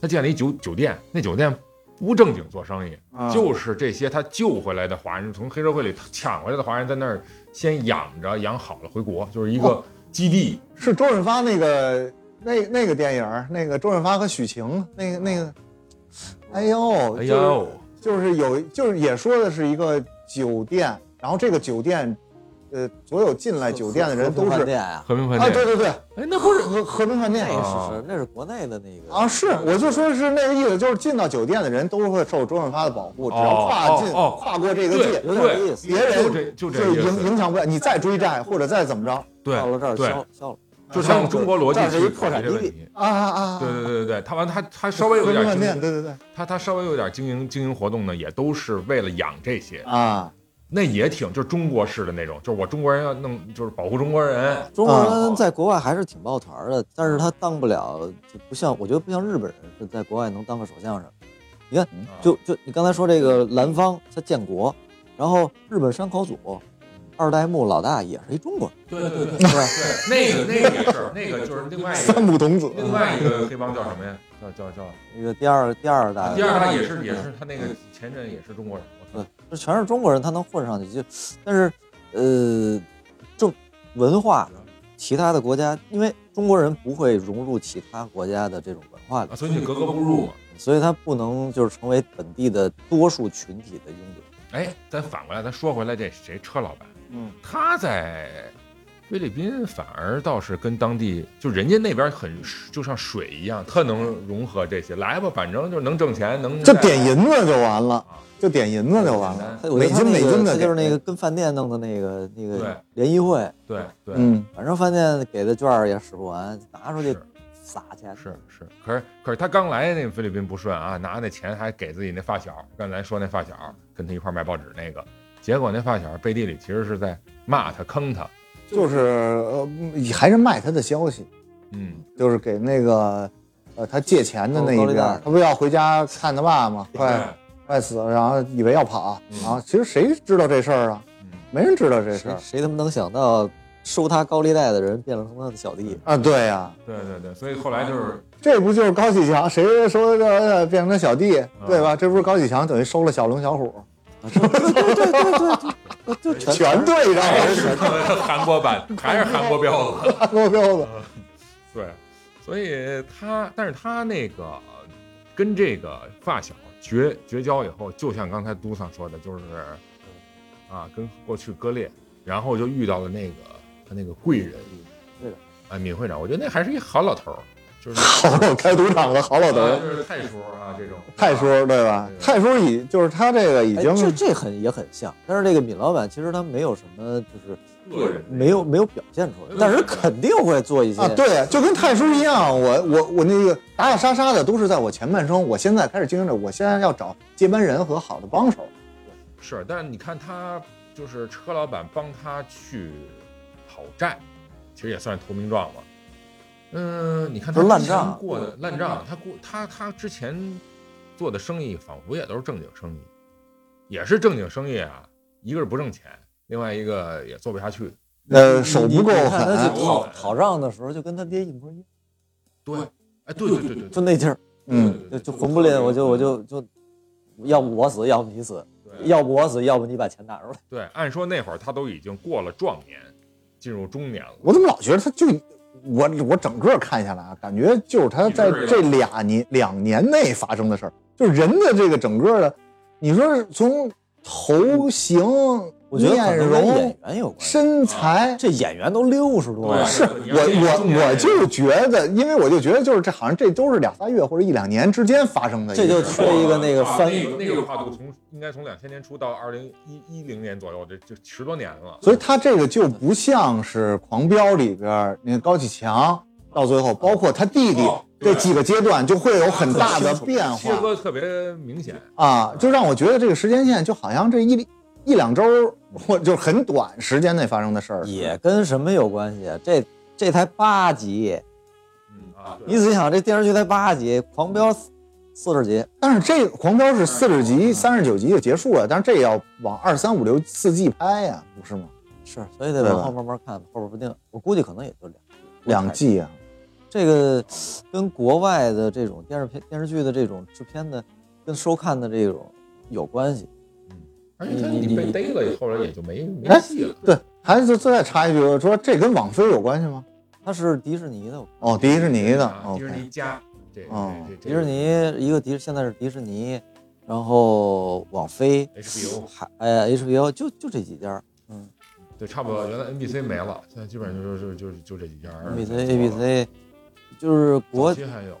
他建了一酒酒店，那酒店不正经做生意，
哦
就是这些他救回来的华人，从黑社会里抢回来的华人，在那儿先养着，养好了回国，就是一
哦
个基地。
是周润发那个那那个电影儿，那个周润发和许晴那个那个，哎呦，
哎呦，
就是，就是有就是也说的是一个酒店，然后这个酒店，呃，所有进来酒店的人都
和平饭
是
店啊，
和平饭
啊，
店，
对对对，
哎，那不是
和和平饭
那
店
个
啊
是是那是国内的那个
啊，是，我就说是那个意思，就是进到酒店的人都会受周润发的保护，只要跨进、
哦哦哦
跨过这个
对
界，
有点意思。
别人
就这就这
是
意
影
思，
影响不了，你再追债或者再怎么着，
对
到了这儿
对
消消了，
就像中国逻辑
这是
去
一破
考
产
虑这个问
地
题。
啊啊啊！
对对
对，
对对对，他完他他稍微有点
饭
经
店，
营，
对对对
他他稍微有点经营经营活动呢，也都是为了养这些，
啊！
那也挺就是中国式的那种，就是我中国人要弄就是保护中国人，
中国
啊
人在国外还是挺抱团儿的，但是他当不了，就不像我觉得不像日本人是在国外能当个首相什么的。你看，
嗯
就就你刚才说这个兰芳，他建国，然后日本山口组
嗯
二代目老大也是一中国人，
对对对，
是吧？
那个那个是那个就是另外一
三
个
木童子，
另外一个 黑帮叫什么呀？叫叫叫
那个第二第二代，
第二他也是也是他那个前任也是中国人，我
对
操，
这全是中国人，他能混上去就，但是，呃，政文化，其他的国家，因为中国人不会融入其他国家的这种文化里
啊，，所以你格格不入嘛。
所以他不能就是成为本地的多数群体的拥趸。
哎，咱反过来，咱说回来，这谁车老板，
嗯，
他在菲律宾反而倒是跟当地，就人家那边
嗯
很就像水一样，特能融合这些。来吧，反正就是能挣钱，能
就点银子就完了
啊，
就点银子就完了
啊，
他我觉得他
美
那
金美
个
金的
他就是
给
那个跟饭店弄的那个那个
对
联谊会，
对对，
嗯，
反正饭店给的券儿也使不完，拿出去
是
撒去。
是是。可是可是他刚来那菲律宾不顺啊，拿那钱还给自己那发小，刚才说那发小跟他一块卖报纸那个，结果那发小背地里其实是在骂他、坑他，
就是呃，还是卖他的消息，
嗯。
就是给那个呃他借钱的那一
高利
边
贷嗯
儿，他不要回家看他爸吗？快 快死了，然后以为要跑，
嗯
然后其实谁知道这事儿啊？没人知道这事
嗯谁
儿
谁他妈能想到收他高利贷的人变成他的小弟？
啊，对呀、
对对对，所以后来就是
这不就是高启强？谁说这呃变成他小弟，
嗯
对吧？这不是高启强等于收了小龙小虎，
啊 就全
全对上
还
了，
是韩国版，还是韩国标子。
大锅彪子。
嗯
对，所以他，但是他那个跟这个发小绝绝交以后，就像刚才都上说的，就是啊，跟过去割裂，然后就遇到了那个他那个贵人，
嗯对的
啊，闵会长，我觉得那还是一好老头儿，就是
好老开赌场的好老头
嗯
啊
儿，
就是太叔啊这种
太叔对吧？太叔已就是他这个已
哎
经
这这很也很像，但是这个闵老板其实他没有什么，就是
个人
没有没有表现出来，但是肯定会做一些
啊，对，就跟太叔一样，我我我那个打打杀杀的都是在我前半生，我现在开始经营着，我现在要找接班人和好的帮手。
是，但是你看他就是车老板帮他去讨债，其实也算投名状嘛。嗯，你看他
都是烂
之前
账
过的烂账，他过他他之前做的生意仿佛也都是正经生意，也是正经生意啊，一个是不挣钱，另外一个也做不下去。
呃，手
你
不够
你看他
狠嗯啊
去，讨讨账的时候，就跟他爹一模一样，
对，哎，对对对对
就那劲儿，
嗯，
就就魂不吝，我就我就就，要不我死，要不你死，要不我死，要不你把钱拿出来。
对，按说那会儿他都已经过了壮年，进入中年了。
我怎么老觉得他就我我整个看下来啊，感觉就是他在这俩年两年内发生的事儿，就是人的这个整个的，你说是从头型、
我觉得可
面
能跟演
容、
员有关系，
身材。
这演员都六十多了，
是我我我就觉得，因为我就觉得就是这好像这都是俩仨月或者一两年之间发生的一个
这
事儿，
就缺一个那个
啊
翻
那个那个跨度从应该从两千年初到二零一一零年左右，这这十多年了。
所以他这个就不像是《狂飙》里边儿那个高启强，到最后包括他弟弟
哦
这几个阶段就会有很大的变
切
化
割特别明显，
啊，就让我觉得这个时间线就好像这一一两周儿或就是很短时间内发生的事儿。
也跟什么有关系啊？这这才八集，
嗯啊，
你仔细想，这电视剧才八集，《狂飙》四十集，
但是这个《狂飙》是四十集、三十九集就结束了，但是这也要往二三五六四季拍呀，不是吗？
是，所以得
对吧
往后慢慢看，后边不定，我估计可能也就两季
两。季啊，
这个跟国外的这种电视片、电视剧的这种制片的，跟收看的这种有关系。
而且他你被逮了以后，也就没没
哎
戏了。
对，还是再插一句，我说这跟网飞有关系吗？
它是迪士尼的，
哦，迪士尼的
啊迪士 尼加这
哦
这这
迪士尼一个迪，现在是迪士尼，然后网飞、
HBO
还呃 HBO 就就这几家
对，差不多原来 NBC 没了，现在基本上就就就就这几家儿
，ABC、
早
ABC，就是国
期还有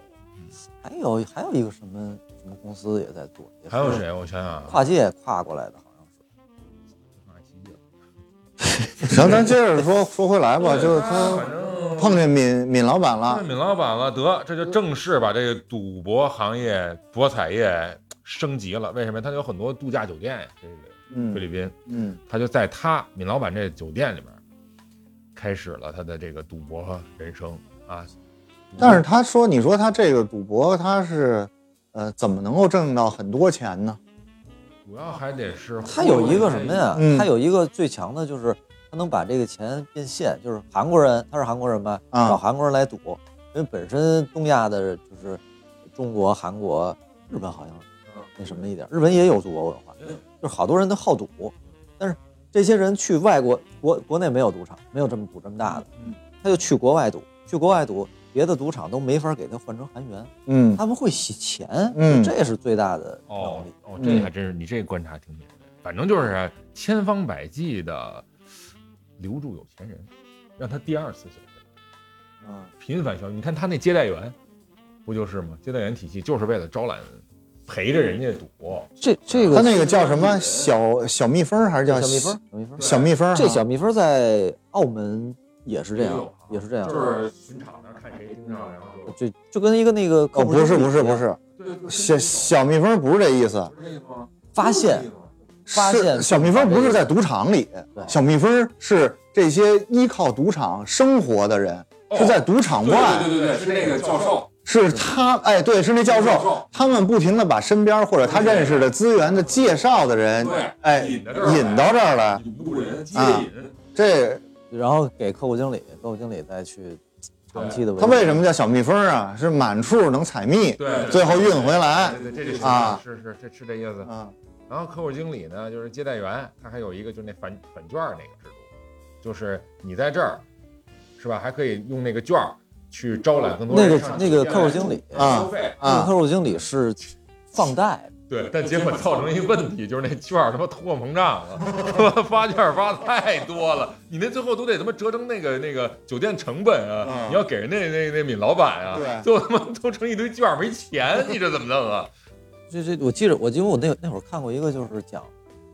还有还有一个什么什么公司也在做，也是
还有谁？我想想啊，
跨界跨过来的，好像是。
爱奇艺
行，咱接着说说回来吧，就是
他
他
反正
碰见闵闵老板了
啊
那，闵老板了，得，这就正式把这个赌博行业、博彩业升级了。为什么？它有很多度假酒店呀，这个菲律
嗯
宾，
嗯，
他就在他闵老板这酒店里面，开始了他的这个赌博人生啊。
但是他说，你说他这个赌博，他是呃怎么能够挣到很多钱呢？
主要还得是
他有一个什么呀？
嗯
他有一个最强的就是他能把这个钱变现，就是韩国人，他是韩国人吧？
啊
找韩国人来赌，因为本身东亚的就是中国、韩国、日本好像那什么一点，日本也有赌博文化，就是好多人都好赌，但是这些人去外国国国内没有赌场，没有这么赌这么大的，他就去国外赌，去国外赌，别的赌场都没法给他换成韩元，
嗯，
他们会洗钱，
嗯
这是最大的
哦
能力。嗯
哦，这还真是你这观察挺敏锐。反正就是啊千方百计的留住有钱人，让他第二次消费。
嗯
频繁消费。你看他那接待员，不就是吗？接待员体系就是为了招揽，陪着人家赌。
这这个
他那个叫什么小小蜜蜂儿还是叫
小蜜蜂，小蜜蜂，
小蜜蜂儿哈？
这小蜜蜂在澳门也是这
也有
样
啊，
也是这样，
就是巡场那儿看谁盯上，然后就
就就跟一个那个
哦，
靠谱
不是
经理
不是
一
不
样，
是，
对，不
小小蜜蜂不是这意思，
发现发
是
现
小蜜蜂不是在赌场里，小蜜蜂是这些依靠赌场生活的人，是在赌场
对
外，
对对对，是那个教授，
是他，哎，对，是那教
教
授
授，
他们不停的把身边或者他认识的资源的介绍的人
对，
哎，
引到这儿来
引到这儿来，
引渡人接
啊
引，
这
然后给客户经理，客户经理再去长期的维护。
他为什么叫小蜜蜂啊？是满处能采蜜，
对
最后运回来，
对对，这是
啊
是是这是这意思。
啊，
然后客户经理呢，就是接待员，他还有一个就是那返返券儿那个制度，就是你在这儿，是吧？还可以用那个券儿去招揽更多
那
人
个
上
那个
酒店
客户
来
经理，
啊
消费。
那个
啊
客户经理是放贷，
对，但结果造成一个问题，就是那券儿他妈通货膨胀了， 他妈发券儿发太多了，你那最后都得他妈折成那个那个酒店成本啊，
嗯
你要给人家那那闵老板啊，
对
最后他妈都成一堆券儿没钱，你这怎么弄 啊？
这这我记着，我记得我那那会儿看过一个，就是讲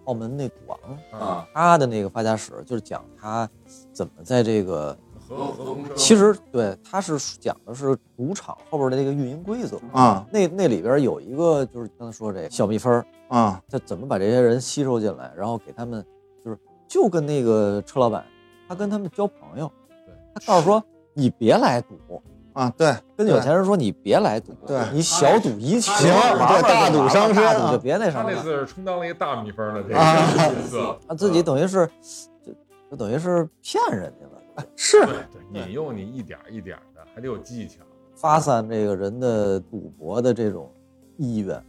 澳门那赌王
啊，
他的那个发家史，就是讲他怎么在这个，
合合同生
其实对他是讲的是赌场后边的这个运营规则。
啊
那那里边有一个就是刚才说这个小蜜蜂儿，
啊，
他怎么把这些人吸收进来，然后给他们就是就跟那个车老板，他跟他们交朋友，他告诉说你别来赌，
啊，对，
跟有钱人说你别来赌，
对
你小赌怡情，
行
玩
对
玩就
大赌
完了
伤身
大赌
啊
就别那什
他
么
那
了，
次是充当了一个嗯大米蜂的这个
啊
角色，
啊自己等于是就就等于是骗人家了，
是
对对，引诱你一点儿一点儿的，还得有技巧。
发散这个人的赌博的这种意愿。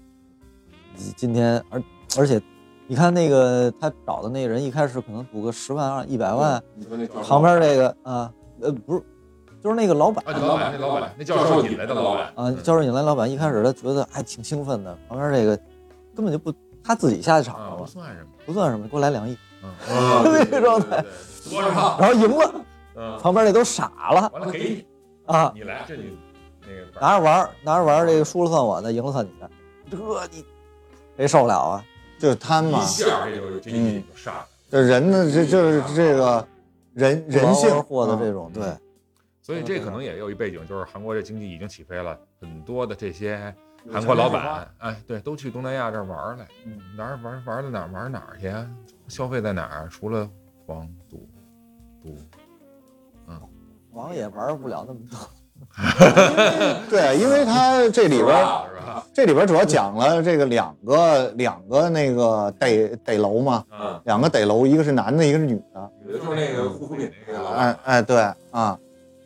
今天而而且你看那个他找的那人一开始可能赌个十万二一百万。
你说那教授
旁边这个啊，呃，不是，就是那个老板
啊，老板，那老板，那教授引来的老板
啊，教授引来老板一开始他觉得还挺兴奋的，旁边这个根本就不，他自己下的场
啊，
了
不
嘛，
算什么，
不算什么，给我来两亿，
啊对对对对对
那个状态
多少？
然后赢了，
嗯，
旁边那都傻 了
完了给你，
啊，
你来，这你那个本儿
拿着玩儿拿着玩儿，这个输了算我的，赢了算你的，这你谁受不了啊？
就是贪嘛
一，下儿这就这一就上来了。
这人呢，这就是这个人人性嗯
获的这
种，
种对，
所以
嗯
这可能也有一背景，就是韩国这经济已经起飞了，很多的这些韩国老板，哎，对，都去东南亚这儿玩儿来，哪儿玩儿玩儿到哪儿玩儿哪儿去啊，消费在哪儿？啊除了黄赌毒，
王也玩不了那么多，
对，因为他这里
是
边儿
吧？是吧？
这里边儿主要讲了这个两个两个那个逮逮楼嘛，
啊
嗯，
两个逮楼，一个是男的，一个是女的。
有的就是那个护肤品那个老板，
哎哎，对啊，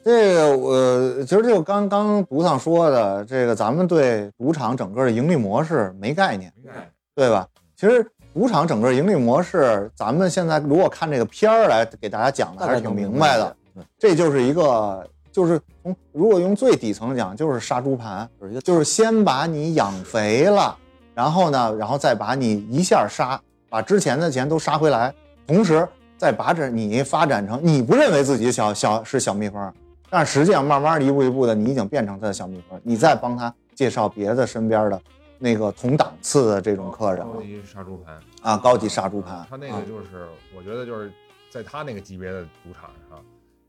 这个我其实就刚刚读上说的，这个咱们对赌场整个的盈利模式没概念，
你看
对吧？其实赌场整个盈利模式，咱们现在如果看这个片儿来给大家讲的，
大
还
概
是
能
挺明白的。，
对，
这就是一个，就是从如果用最底层讲，就是杀猪盘，
就是一个
就是先把你养肥了，然后呢，然后再把你一下杀，把之前的钱都杀回来，同时再把这你发展成你不认为自己小小是小蜜蜂，但实际上慢慢一步一步的，你已经变成他的小蜜蜂，你再帮他介绍别的身边的那个同档次的这
嗯
种客人
高级杀猪盘，
啊，高级杀猪盘
他那个就是，我觉得就是在他那个级别的赌场上，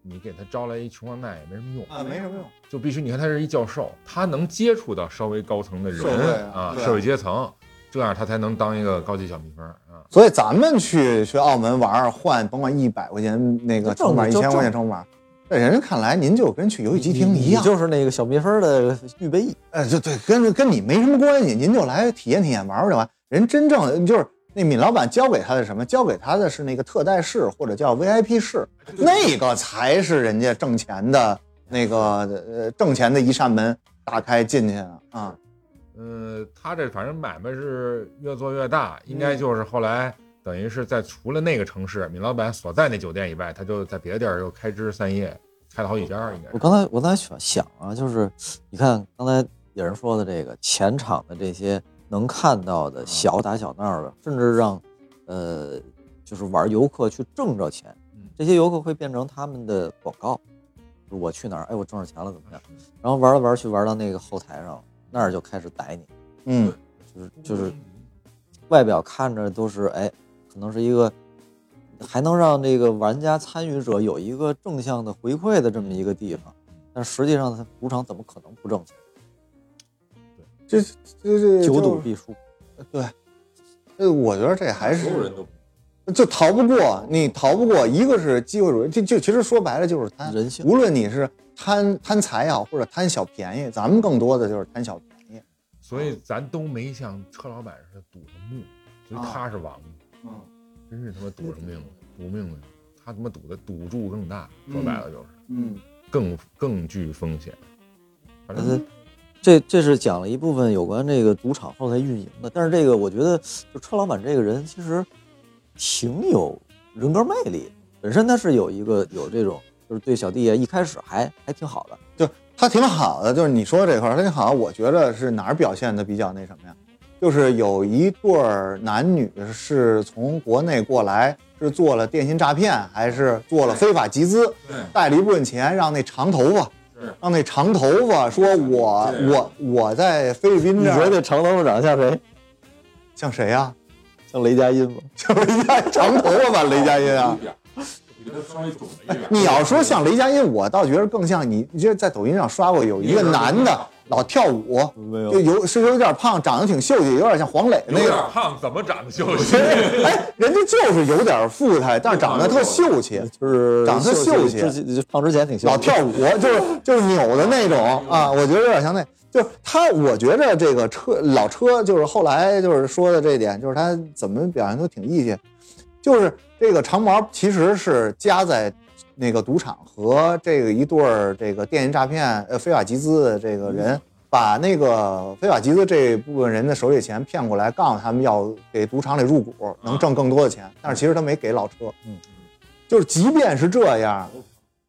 你给他招来一穷二代也没什么用
啊，没什么用。
就必须你看他是一教授，他能接触到稍微高层的
社会
人
啊
啊，
对啊
社会阶层，这样他才能当一个高级小蜜蜂啊。
所以咱们去去澳门玩儿，换甭管一百块钱那个筹码，一
就挣
千
就
块钱筹码，在人家看来，您就跟去游戏机厅
你
一样，
就是那个小蜜蜂的预备役。
呃，就对，跟跟你没什么关系，您就来体验体验，玩玩就完。人真正就是那闵老板交给他的什么？交给他的是那个特待室或者叫 VIP 室，那个才是人家挣钱的那个呃挣钱的一扇门，打开进去啊啊，
嗯，他这反正买卖是越做越大，应
嗯
该就是后来等于是在除了那个城市闵老板所在那酒店以外，他就在别的地儿又开枝散叶，开了好几家儿，应该
我
是。
刚才我刚才想想啊，就是你看刚才有人说的这个前场的这些能看到的小打小闹的，甚至让呃就是玩游客去挣着钱
嗯，
这些游客会变成他们的广告。就是我去哪儿，哎，我挣着钱了，怎么样？然后玩来玩去，玩到那个后台上，那儿就开始逮你，
嗯，
就是就是外表看着都是哎，可能是一个还能让这个玩家参与者有一个正向的回馈的这么一个地方，但实际上它赌场怎么可能不挣钱？
这这这
久
就
赌必输，
对，这我觉得这还是
所有人都
就逃不过，你逃不过，一个是机会主义，这就其实说白了就是贪
人性
无论你是贪贪财也好，或者贪小便宜，咱们更多的就是贪小便宜。
所
啊
以咱都没像车老板似的堵着命，其
啊
实他是王八，
嗯，
真是他妈堵着命了，堵命了，他他妈赌的赌注更大，说白了就是
嗯，
更更具风险。反
但是
正
呃这这是讲了一部分有关这个赌场后台运营的，但是这个我觉得就车老板这个人其实挺有人格魅力的，本身他是有一个有这种就是对小弟啊一开始还还挺好的，
就是他挺好的，就是你说这块儿他挺好，我觉得是哪儿表现的比较那什么呀？就是有一对儿男女是从国内过来，是做了电信诈骗，还是做了非法集资，
对，
带了一部分钱，让那长头发
是，
让那长头发说我
对
我我在菲律宾
你
这
觉得
儿
这长头发长得像谁？
像谁呀、
像雷佳音吗？
像雷佳长头发吧，雷佳音啊。
一点儿，我觉得稍微懂了一点儿。
你要说像雷佳音，我倒觉得更像你，你这在抖音上刷过有一个男的老跳舞，
嗯
没
就有是有点胖，长得挺秀气，有点像黄磊那
有
个。
点胖，怎么长得秀气？
哎，人家就是有点富态，但是长得特秀气，
就是
长得秀气
之前就胖之前挺秀气，
老跳舞，就是就是扭的那种啊，我觉得有点像那。就是他，我觉着这个车老车，就是后来就是说的这点，就是他怎么表现都挺义气。就是这个长毛其实是夹在那个赌场和这个一对儿这个电信诈骗呃非法集资的这个人，把那个非法集资这部分人的手里钱骗过来，告诉他们要给赌场里入股，能挣更多的钱。但是其实他没给老车，嗯，就是即便是这样，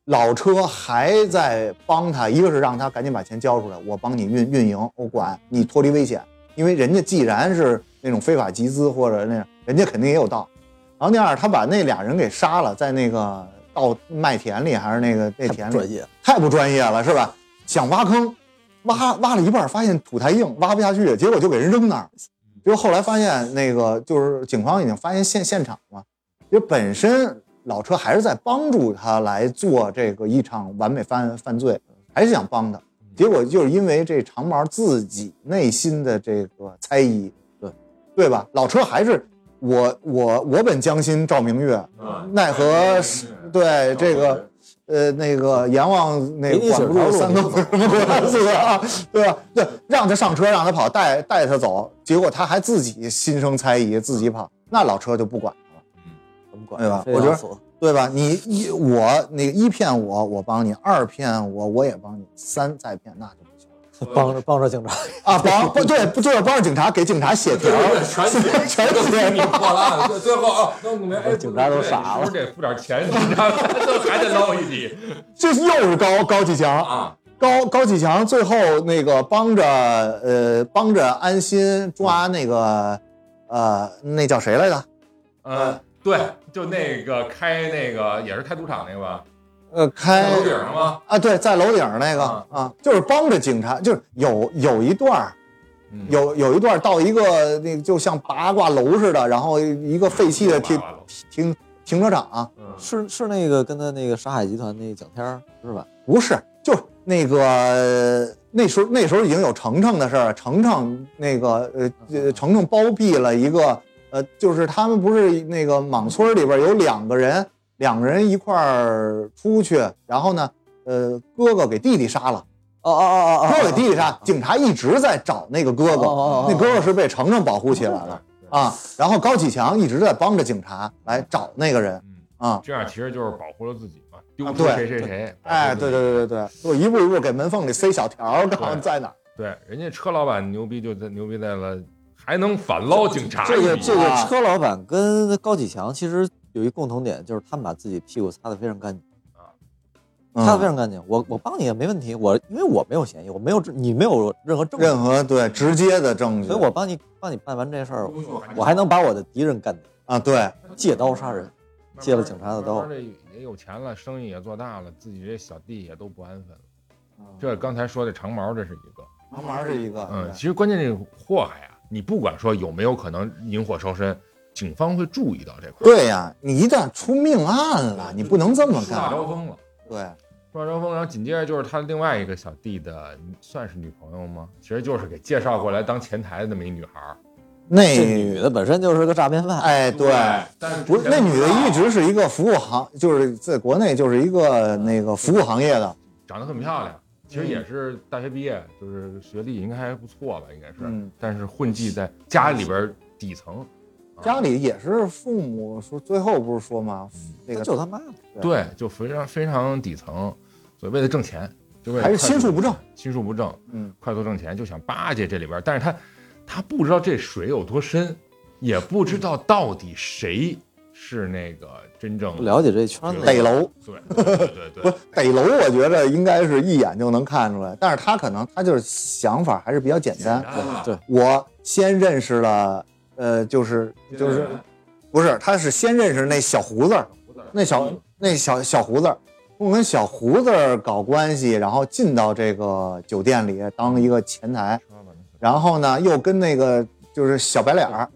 老车还在帮他，一个是让他赶紧把钱交出来，我帮你运运营，我管你脱离危险，因为人家既然是那种非法集资或者那样，人家肯定也有道。然后第二，他把那俩人给杀了，在那个稻麦田里还是那个那
太
田
不
里，
专业。
太不专业了，是吧？想挖坑，挖挖了一半，发现土太硬，挖不下去，结果就给人扔那儿。结果后来发现，那个就是警方已经发现现现场嘛，因为本身老车还是在帮助他来做这个一场完美犯犯罪，还是想帮他。结果就是因为这长毛自己内心的这个猜疑，
对
对吧？老车还是我我我本将心照明月，
啊
奈何是对这个呃那个阎王哎那
没
个
意思
管不住
老
三更什么官司啊，对吧？对，让他上车，让他跑，带带他走，结果他还自己心生猜疑，自己跑，那老车就不管他了。
怎么管？
对吧
非要
我觉得
死
对吧？你一我那个一骗我，我帮你；二骗我，我也帮你；三再骗那就不行了
帮着帮着警察，
啊！帮不对，不对，帮着警察给警察写条，
全全
全写条。
破了案，最最后啊，弄明哎，
警察都
对
傻
是不
了
是。得付点钱？你 知道吗？都还得捞一笔。
这又是高高启强
啊！
高高启强最后那个帮着呃帮着安心抓
嗯
那个呃那叫谁来着？
呃，对，就那个开那个也是开赌场那个吧，
呃开
楼顶上吗？
啊对，在楼顶儿那个
啊
啊，就是帮着警察，就是有有一段儿
嗯
有有一段儿到一个那个就像八卦楼似的，然后一个废弃的
八
停
卦楼
停停车场、啊，
嗯
是是那个跟他那个沙海集团那个蒋天儿是吧？
不是，就是那个呃那时候那时候已经有程程的事儿了，程程那个呃呃程程包庇了一个呃，就是他们不是那个莽村里边有两个人，两个人一块儿出去，然后呢，呃，哥哥给弟弟杀了，
哦哦哦哦
哥
哦，
哥给弟弟杀，警察一直在找那个哥
哦哦哦
哥
哦，
那哥哥是被程程保护起来了啊，然后高启强一直在帮着警察来找那个人
嗯，
啊。
这样其实就是保护了自己嘛，丢出
对
谁谁谁。
哎，对对对对对，我一步一步给门缝里塞小条儿，告诉你在哪儿。
对，人家车老板牛逼就在牛逼在了，还能反捞警察
这
一
个
笔。
这个
啊
车老板跟高启强其实有一共同点，就是他们把自己屁股擦得非常干净，
嗯
擦得非常干净。我我帮你也没问题，我因为我没有嫌疑，我没有你没有任何证据，
任何对直接的证据，
所以我帮你帮你办完这事儿，我
我
还能把我的敌人干掉，
啊对
借刀杀人。借了警察的刀
慢慢这也有钱了，生意也做大了，自己这小弟也都不安分了。
啊
这刚才说的长毛，这是一个。
长毛是一个，
嗯，其实关键这个祸害啊，你不管说有没有可能引火烧身，警方会注意到这块儿。
对呀，你一旦出命案了，你不能这么
树大
干，
招风了。
对，
树大招风，然后紧接着就是他另外一个小弟的，算是女朋友吗？其实就是给介绍过来当前台的那么一女孩儿。
这
那
女的本身就是个诈骗犯，
哎对。
但是
不是，那女的一直是一个服务行，就是在国内就是一个那个服务行业的，
长得很漂亮，其实
嗯
也是大学毕业，就是学历应该还不错吧，应该是，
嗯
但是混迹在家里边儿底层，啊
家里也是父母说，最后不是说嘛，那
那
个
就他妈的。
嗯
对，就非常非常底层，所以为了挣钱，就为了
还是
快速
心术不正，
心术不正，
嗯，
快速挣钱就想巴结这里边儿，但是他他不知道这水有多深，也不知道到底谁是那个真正
不了解这圈子，
对
逮楼，
对对对对对，
不 是逮楼，我觉得应该是一眼就能看出来，但是他可能他就是想法还是比较简单，
对
我先认识了，呃，就是就是，不是，他是先认识那小胡子儿，那小那小小胡子儿，我跟小胡子儿搞关系，然后进到这个酒店里当一个前台，然后呢又跟那个就是小白脸儿，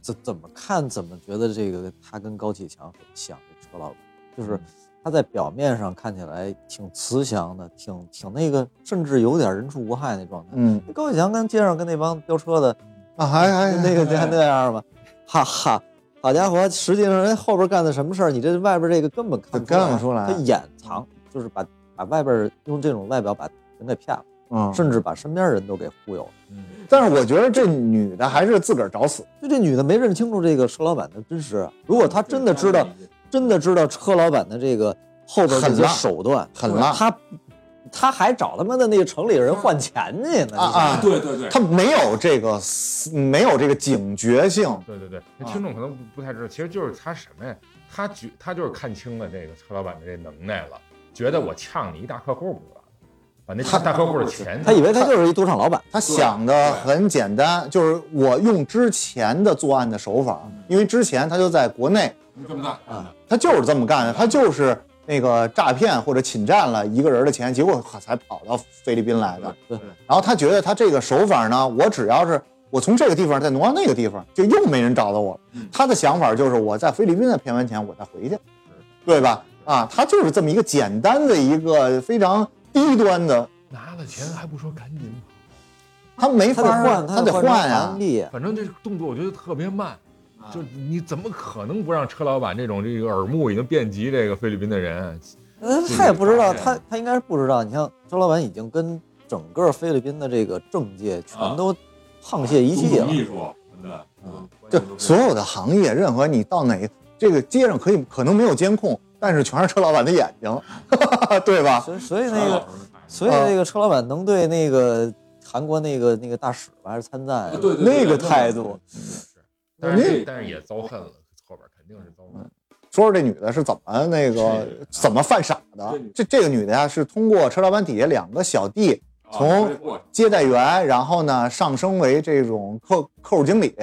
怎怎么看怎么觉得这个他跟高启强很像，这车老板就是
嗯
他在表面上看起来挺慈祥的，挺挺那个，甚至有点人畜无害那状态。
嗯，
高启强跟街上跟那帮飙车的
啊还还
那个还那样吧，哈哈，好家伙，实际上人后边干的什么事儿，你这外边这个根本看不出来，
看不出来
他掩藏，就是把把外边用这种外表把人给骗了，
嗯，
甚至把身边人都给忽悠了。
但是我觉得这女的还是自个儿找死，
就这女的没认清楚这个车老板的真实，啊如果她真的知道，真的知道车老板的这个后边这
狠
些
辣
手段，
狠辣
她她还找他妈的那个城里人换钱去呢
啊啊
对对对，
她没有这个思没有这个警觉性，
对对对，
啊
那听众可能不不太知道，其实就是他什么呀？他觉他就是看清了这个车老板的这能耐了，觉得我呛你一大客户不完，把那大客户的钱，
她以为她就是一赌场老板，
他想的很简单，就是我用之前的作案的手法，
嗯
因为之前他就在国内，
这么大
他就是这么干的，他就是那个诈骗或者侵占了一个人的钱，结果才跑到菲律宾来的。
对
然后他觉得他这个手法呢，我只要是我从这个地方再挪到那个地方，就又没人找到我了。
嗯
他的想法就是我在菲律宾再骗完钱，我再回去，对吧？啊，他就是这么一个简单的一个非常低端的，
拿了钱还不说赶紧跑，
他没
她
法
得
儿啊，
换，
他得
换啊
换
成
呀、
人民币
反正这动作我觉得特别慢，
啊
就你怎么可能不让车老板这种这个耳目已经遍及这个菲律宾的人？
嗯
呃，他也不知道，
对
他他应该是不知道。你像周老板已经跟整个菲律宾的这个政界
啊
全都沆瀣一气了，
艺术，真的，嗯，
就所有的行业，任何你到哪这个街上可以可能没有监控，但是全是车老板的眼睛， 对吧？
所以所以
啊
那个，所以那个车老板能对那个韩国那个那个大使吧还是参赞啊
对对对
那个
对
态度，
但是这但是也遭恨了，后边肯定是遭恨。
说说这女的是怎么那个怎么犯傻的？这这个女的呀，是通过车老板底下两个小弟从接待员，然后呢上升为这种客客户经理，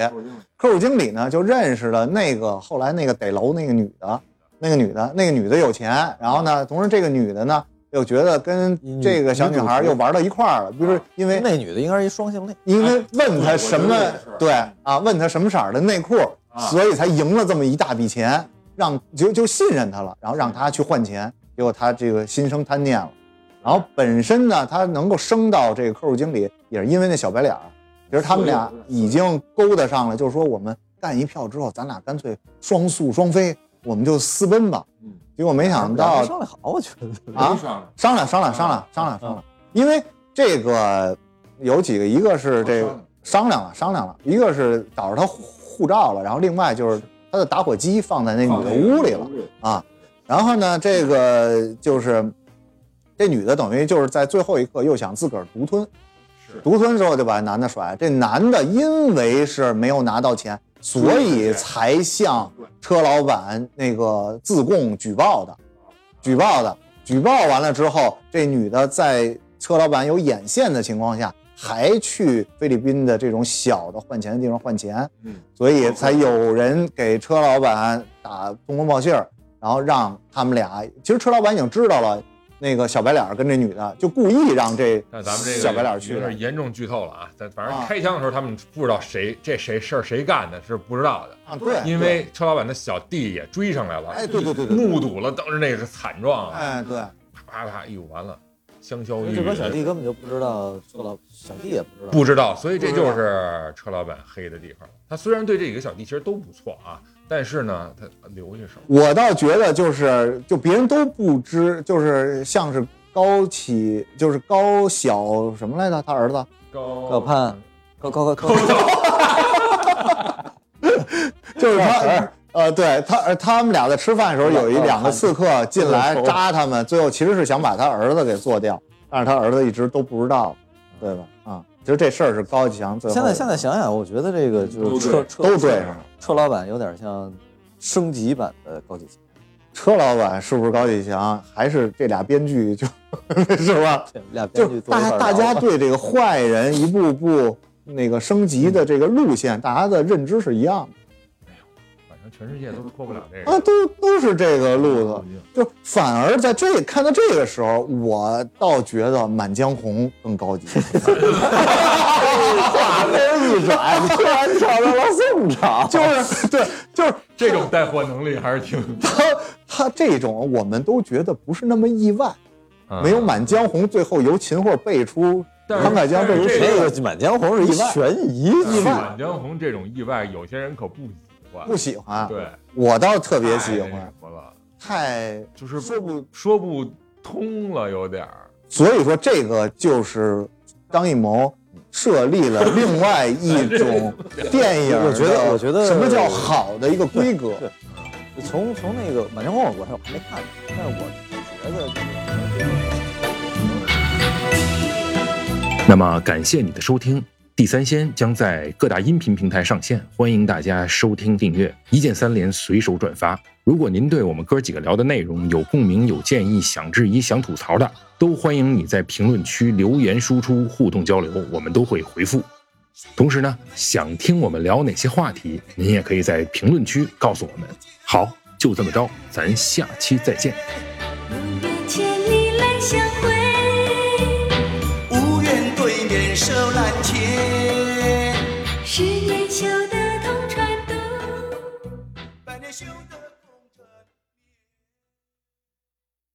客户经理呢就认识了那个后来那个逮楼那个女的，那个女的，那个女的有钱，然后呢，同时这个女的呢又觉得跟这个小女孩又玩到一块儿了，就是因为
那女的应该是一双性恋。
因为问他什么
哎我觉得也是
对啊，问他什么色儿的内裤，所以才赢了这么一大笔钱。让就就信任他了，然后让他去换钱，结果他这个心生贪念了。然后本身呢，他能够升到这个客户经理，也是因为那小白脸儿。其实他们俩已经勾搭上了，就是说我们干一票之后，咱俩干脆双宿双飞，我们就私奔吧。
嗯，
结果没想到
俩人商量好，我觉得
啊
上
商量商量商量商量商量，因为这个有几个，一个是这个
哦
商量了商量了，一个是找着他护照了，然后另外就是他的打火机放在那女的屋里了。啊。然后呢，这个就是这女的等于就是在最后一刻又想自个儿独吞，
是
独吞之后就把男的甩了。这男的因为是没有拿到钱，所以才向车老板那个自贡举报的，举报的，举报完了之后，这女的在车老板有眼线的情况下。还去菲律宾的这种小的换钱的地方换钱，
嗯，
所以才有人给车老板打通风报信儿，然后让他们俩，其实车老板已经知道了，那个小白脸儿跟这女的就故意让这
那咱们这个
小白脸儿去
有
的
点严重剧透了啊！咱反
啊
正开枪的时候，他们不知道谁这谁事儿谁干的，是不知道的。
啊，对，
因为车老板的小弟也追上来了，
哎对对对对对
目睹了当时那个惨状啊，
哎对，
啪啪，哎呦完了，香
哎
消玉
这帮小
殒。
弟根本就不知道，说老小弟也不知道，
不知道，所以这就是车老板黑的地方。他虽然对这几个小弟其实都不错啊，但是呢，他留下手。
我倒觉得就是就别人都不知，就是像是高启，就是高晓什么来着，他儿子
高
高攀高高高高，
就是他，呃，对他，呃他们俩在吃饭的时候，有一两个刺客进 来扎他们，最后其实是想把他儿子给做掉，但是他儿子一直都不知道，对吧？啊，其实这事儿是高启强最后
现在现在想想，我觉得这个就
都
是车
对
车
都对上了。
车啊老板有点像升级版的高启强，
车老板是不是高启强，还是这俩编剧就 是吧？
这俩
就
编剧坐一块
大
儿
大
聊
家
吧
对这个坏人一步步那个升级的这个路线，大家的认知是一样的。
反正全世界都脱不了这
啊，
个。
都都是这个路子，就反而在这看到这个时候，我倒觉得《满江红》更高级。话锋一转，突然跳到了宋朝，就是对，就是
这种带货能力还是挺
他他这种我们都觉得不是那么意外，没有《
买。
满江红》最后由秦桧背出
但是
慷慨激昂背
但
出
是这
谁也
那个《满江红》是一悬疑
意
意
外，
外
满江红这种意外，有些人可不喜欢，
不喜欢，
对，
我倒特
特
别喜欢，
了，
哎
太
就是
说不
说不通了，有点儿。
所以说这个就是张艺谋设立了另外一种电影的，
我觉得我觉得
什么叫好的一个规格，
从从那个《满江红》我我还没看，但是我觉得这个。
那么感谢你的收听，《地三鲜》将在各大音频平台上线，欢迎大家收听订阅，一键三连，随手转发。如果您对我们哥几个聊的内容有共鸣、有建议、想质疑、想吐槽的，都欢迎你在评论区留言输出，互动交流，我们都会回复。同时呢，想听我们聊哪些话题，您也可以在评论区告诉我们。好，就这么着，咱下期再见。
路边千里来相会，
无缘对面手难牵，
十年修得同船渡。
百年修得。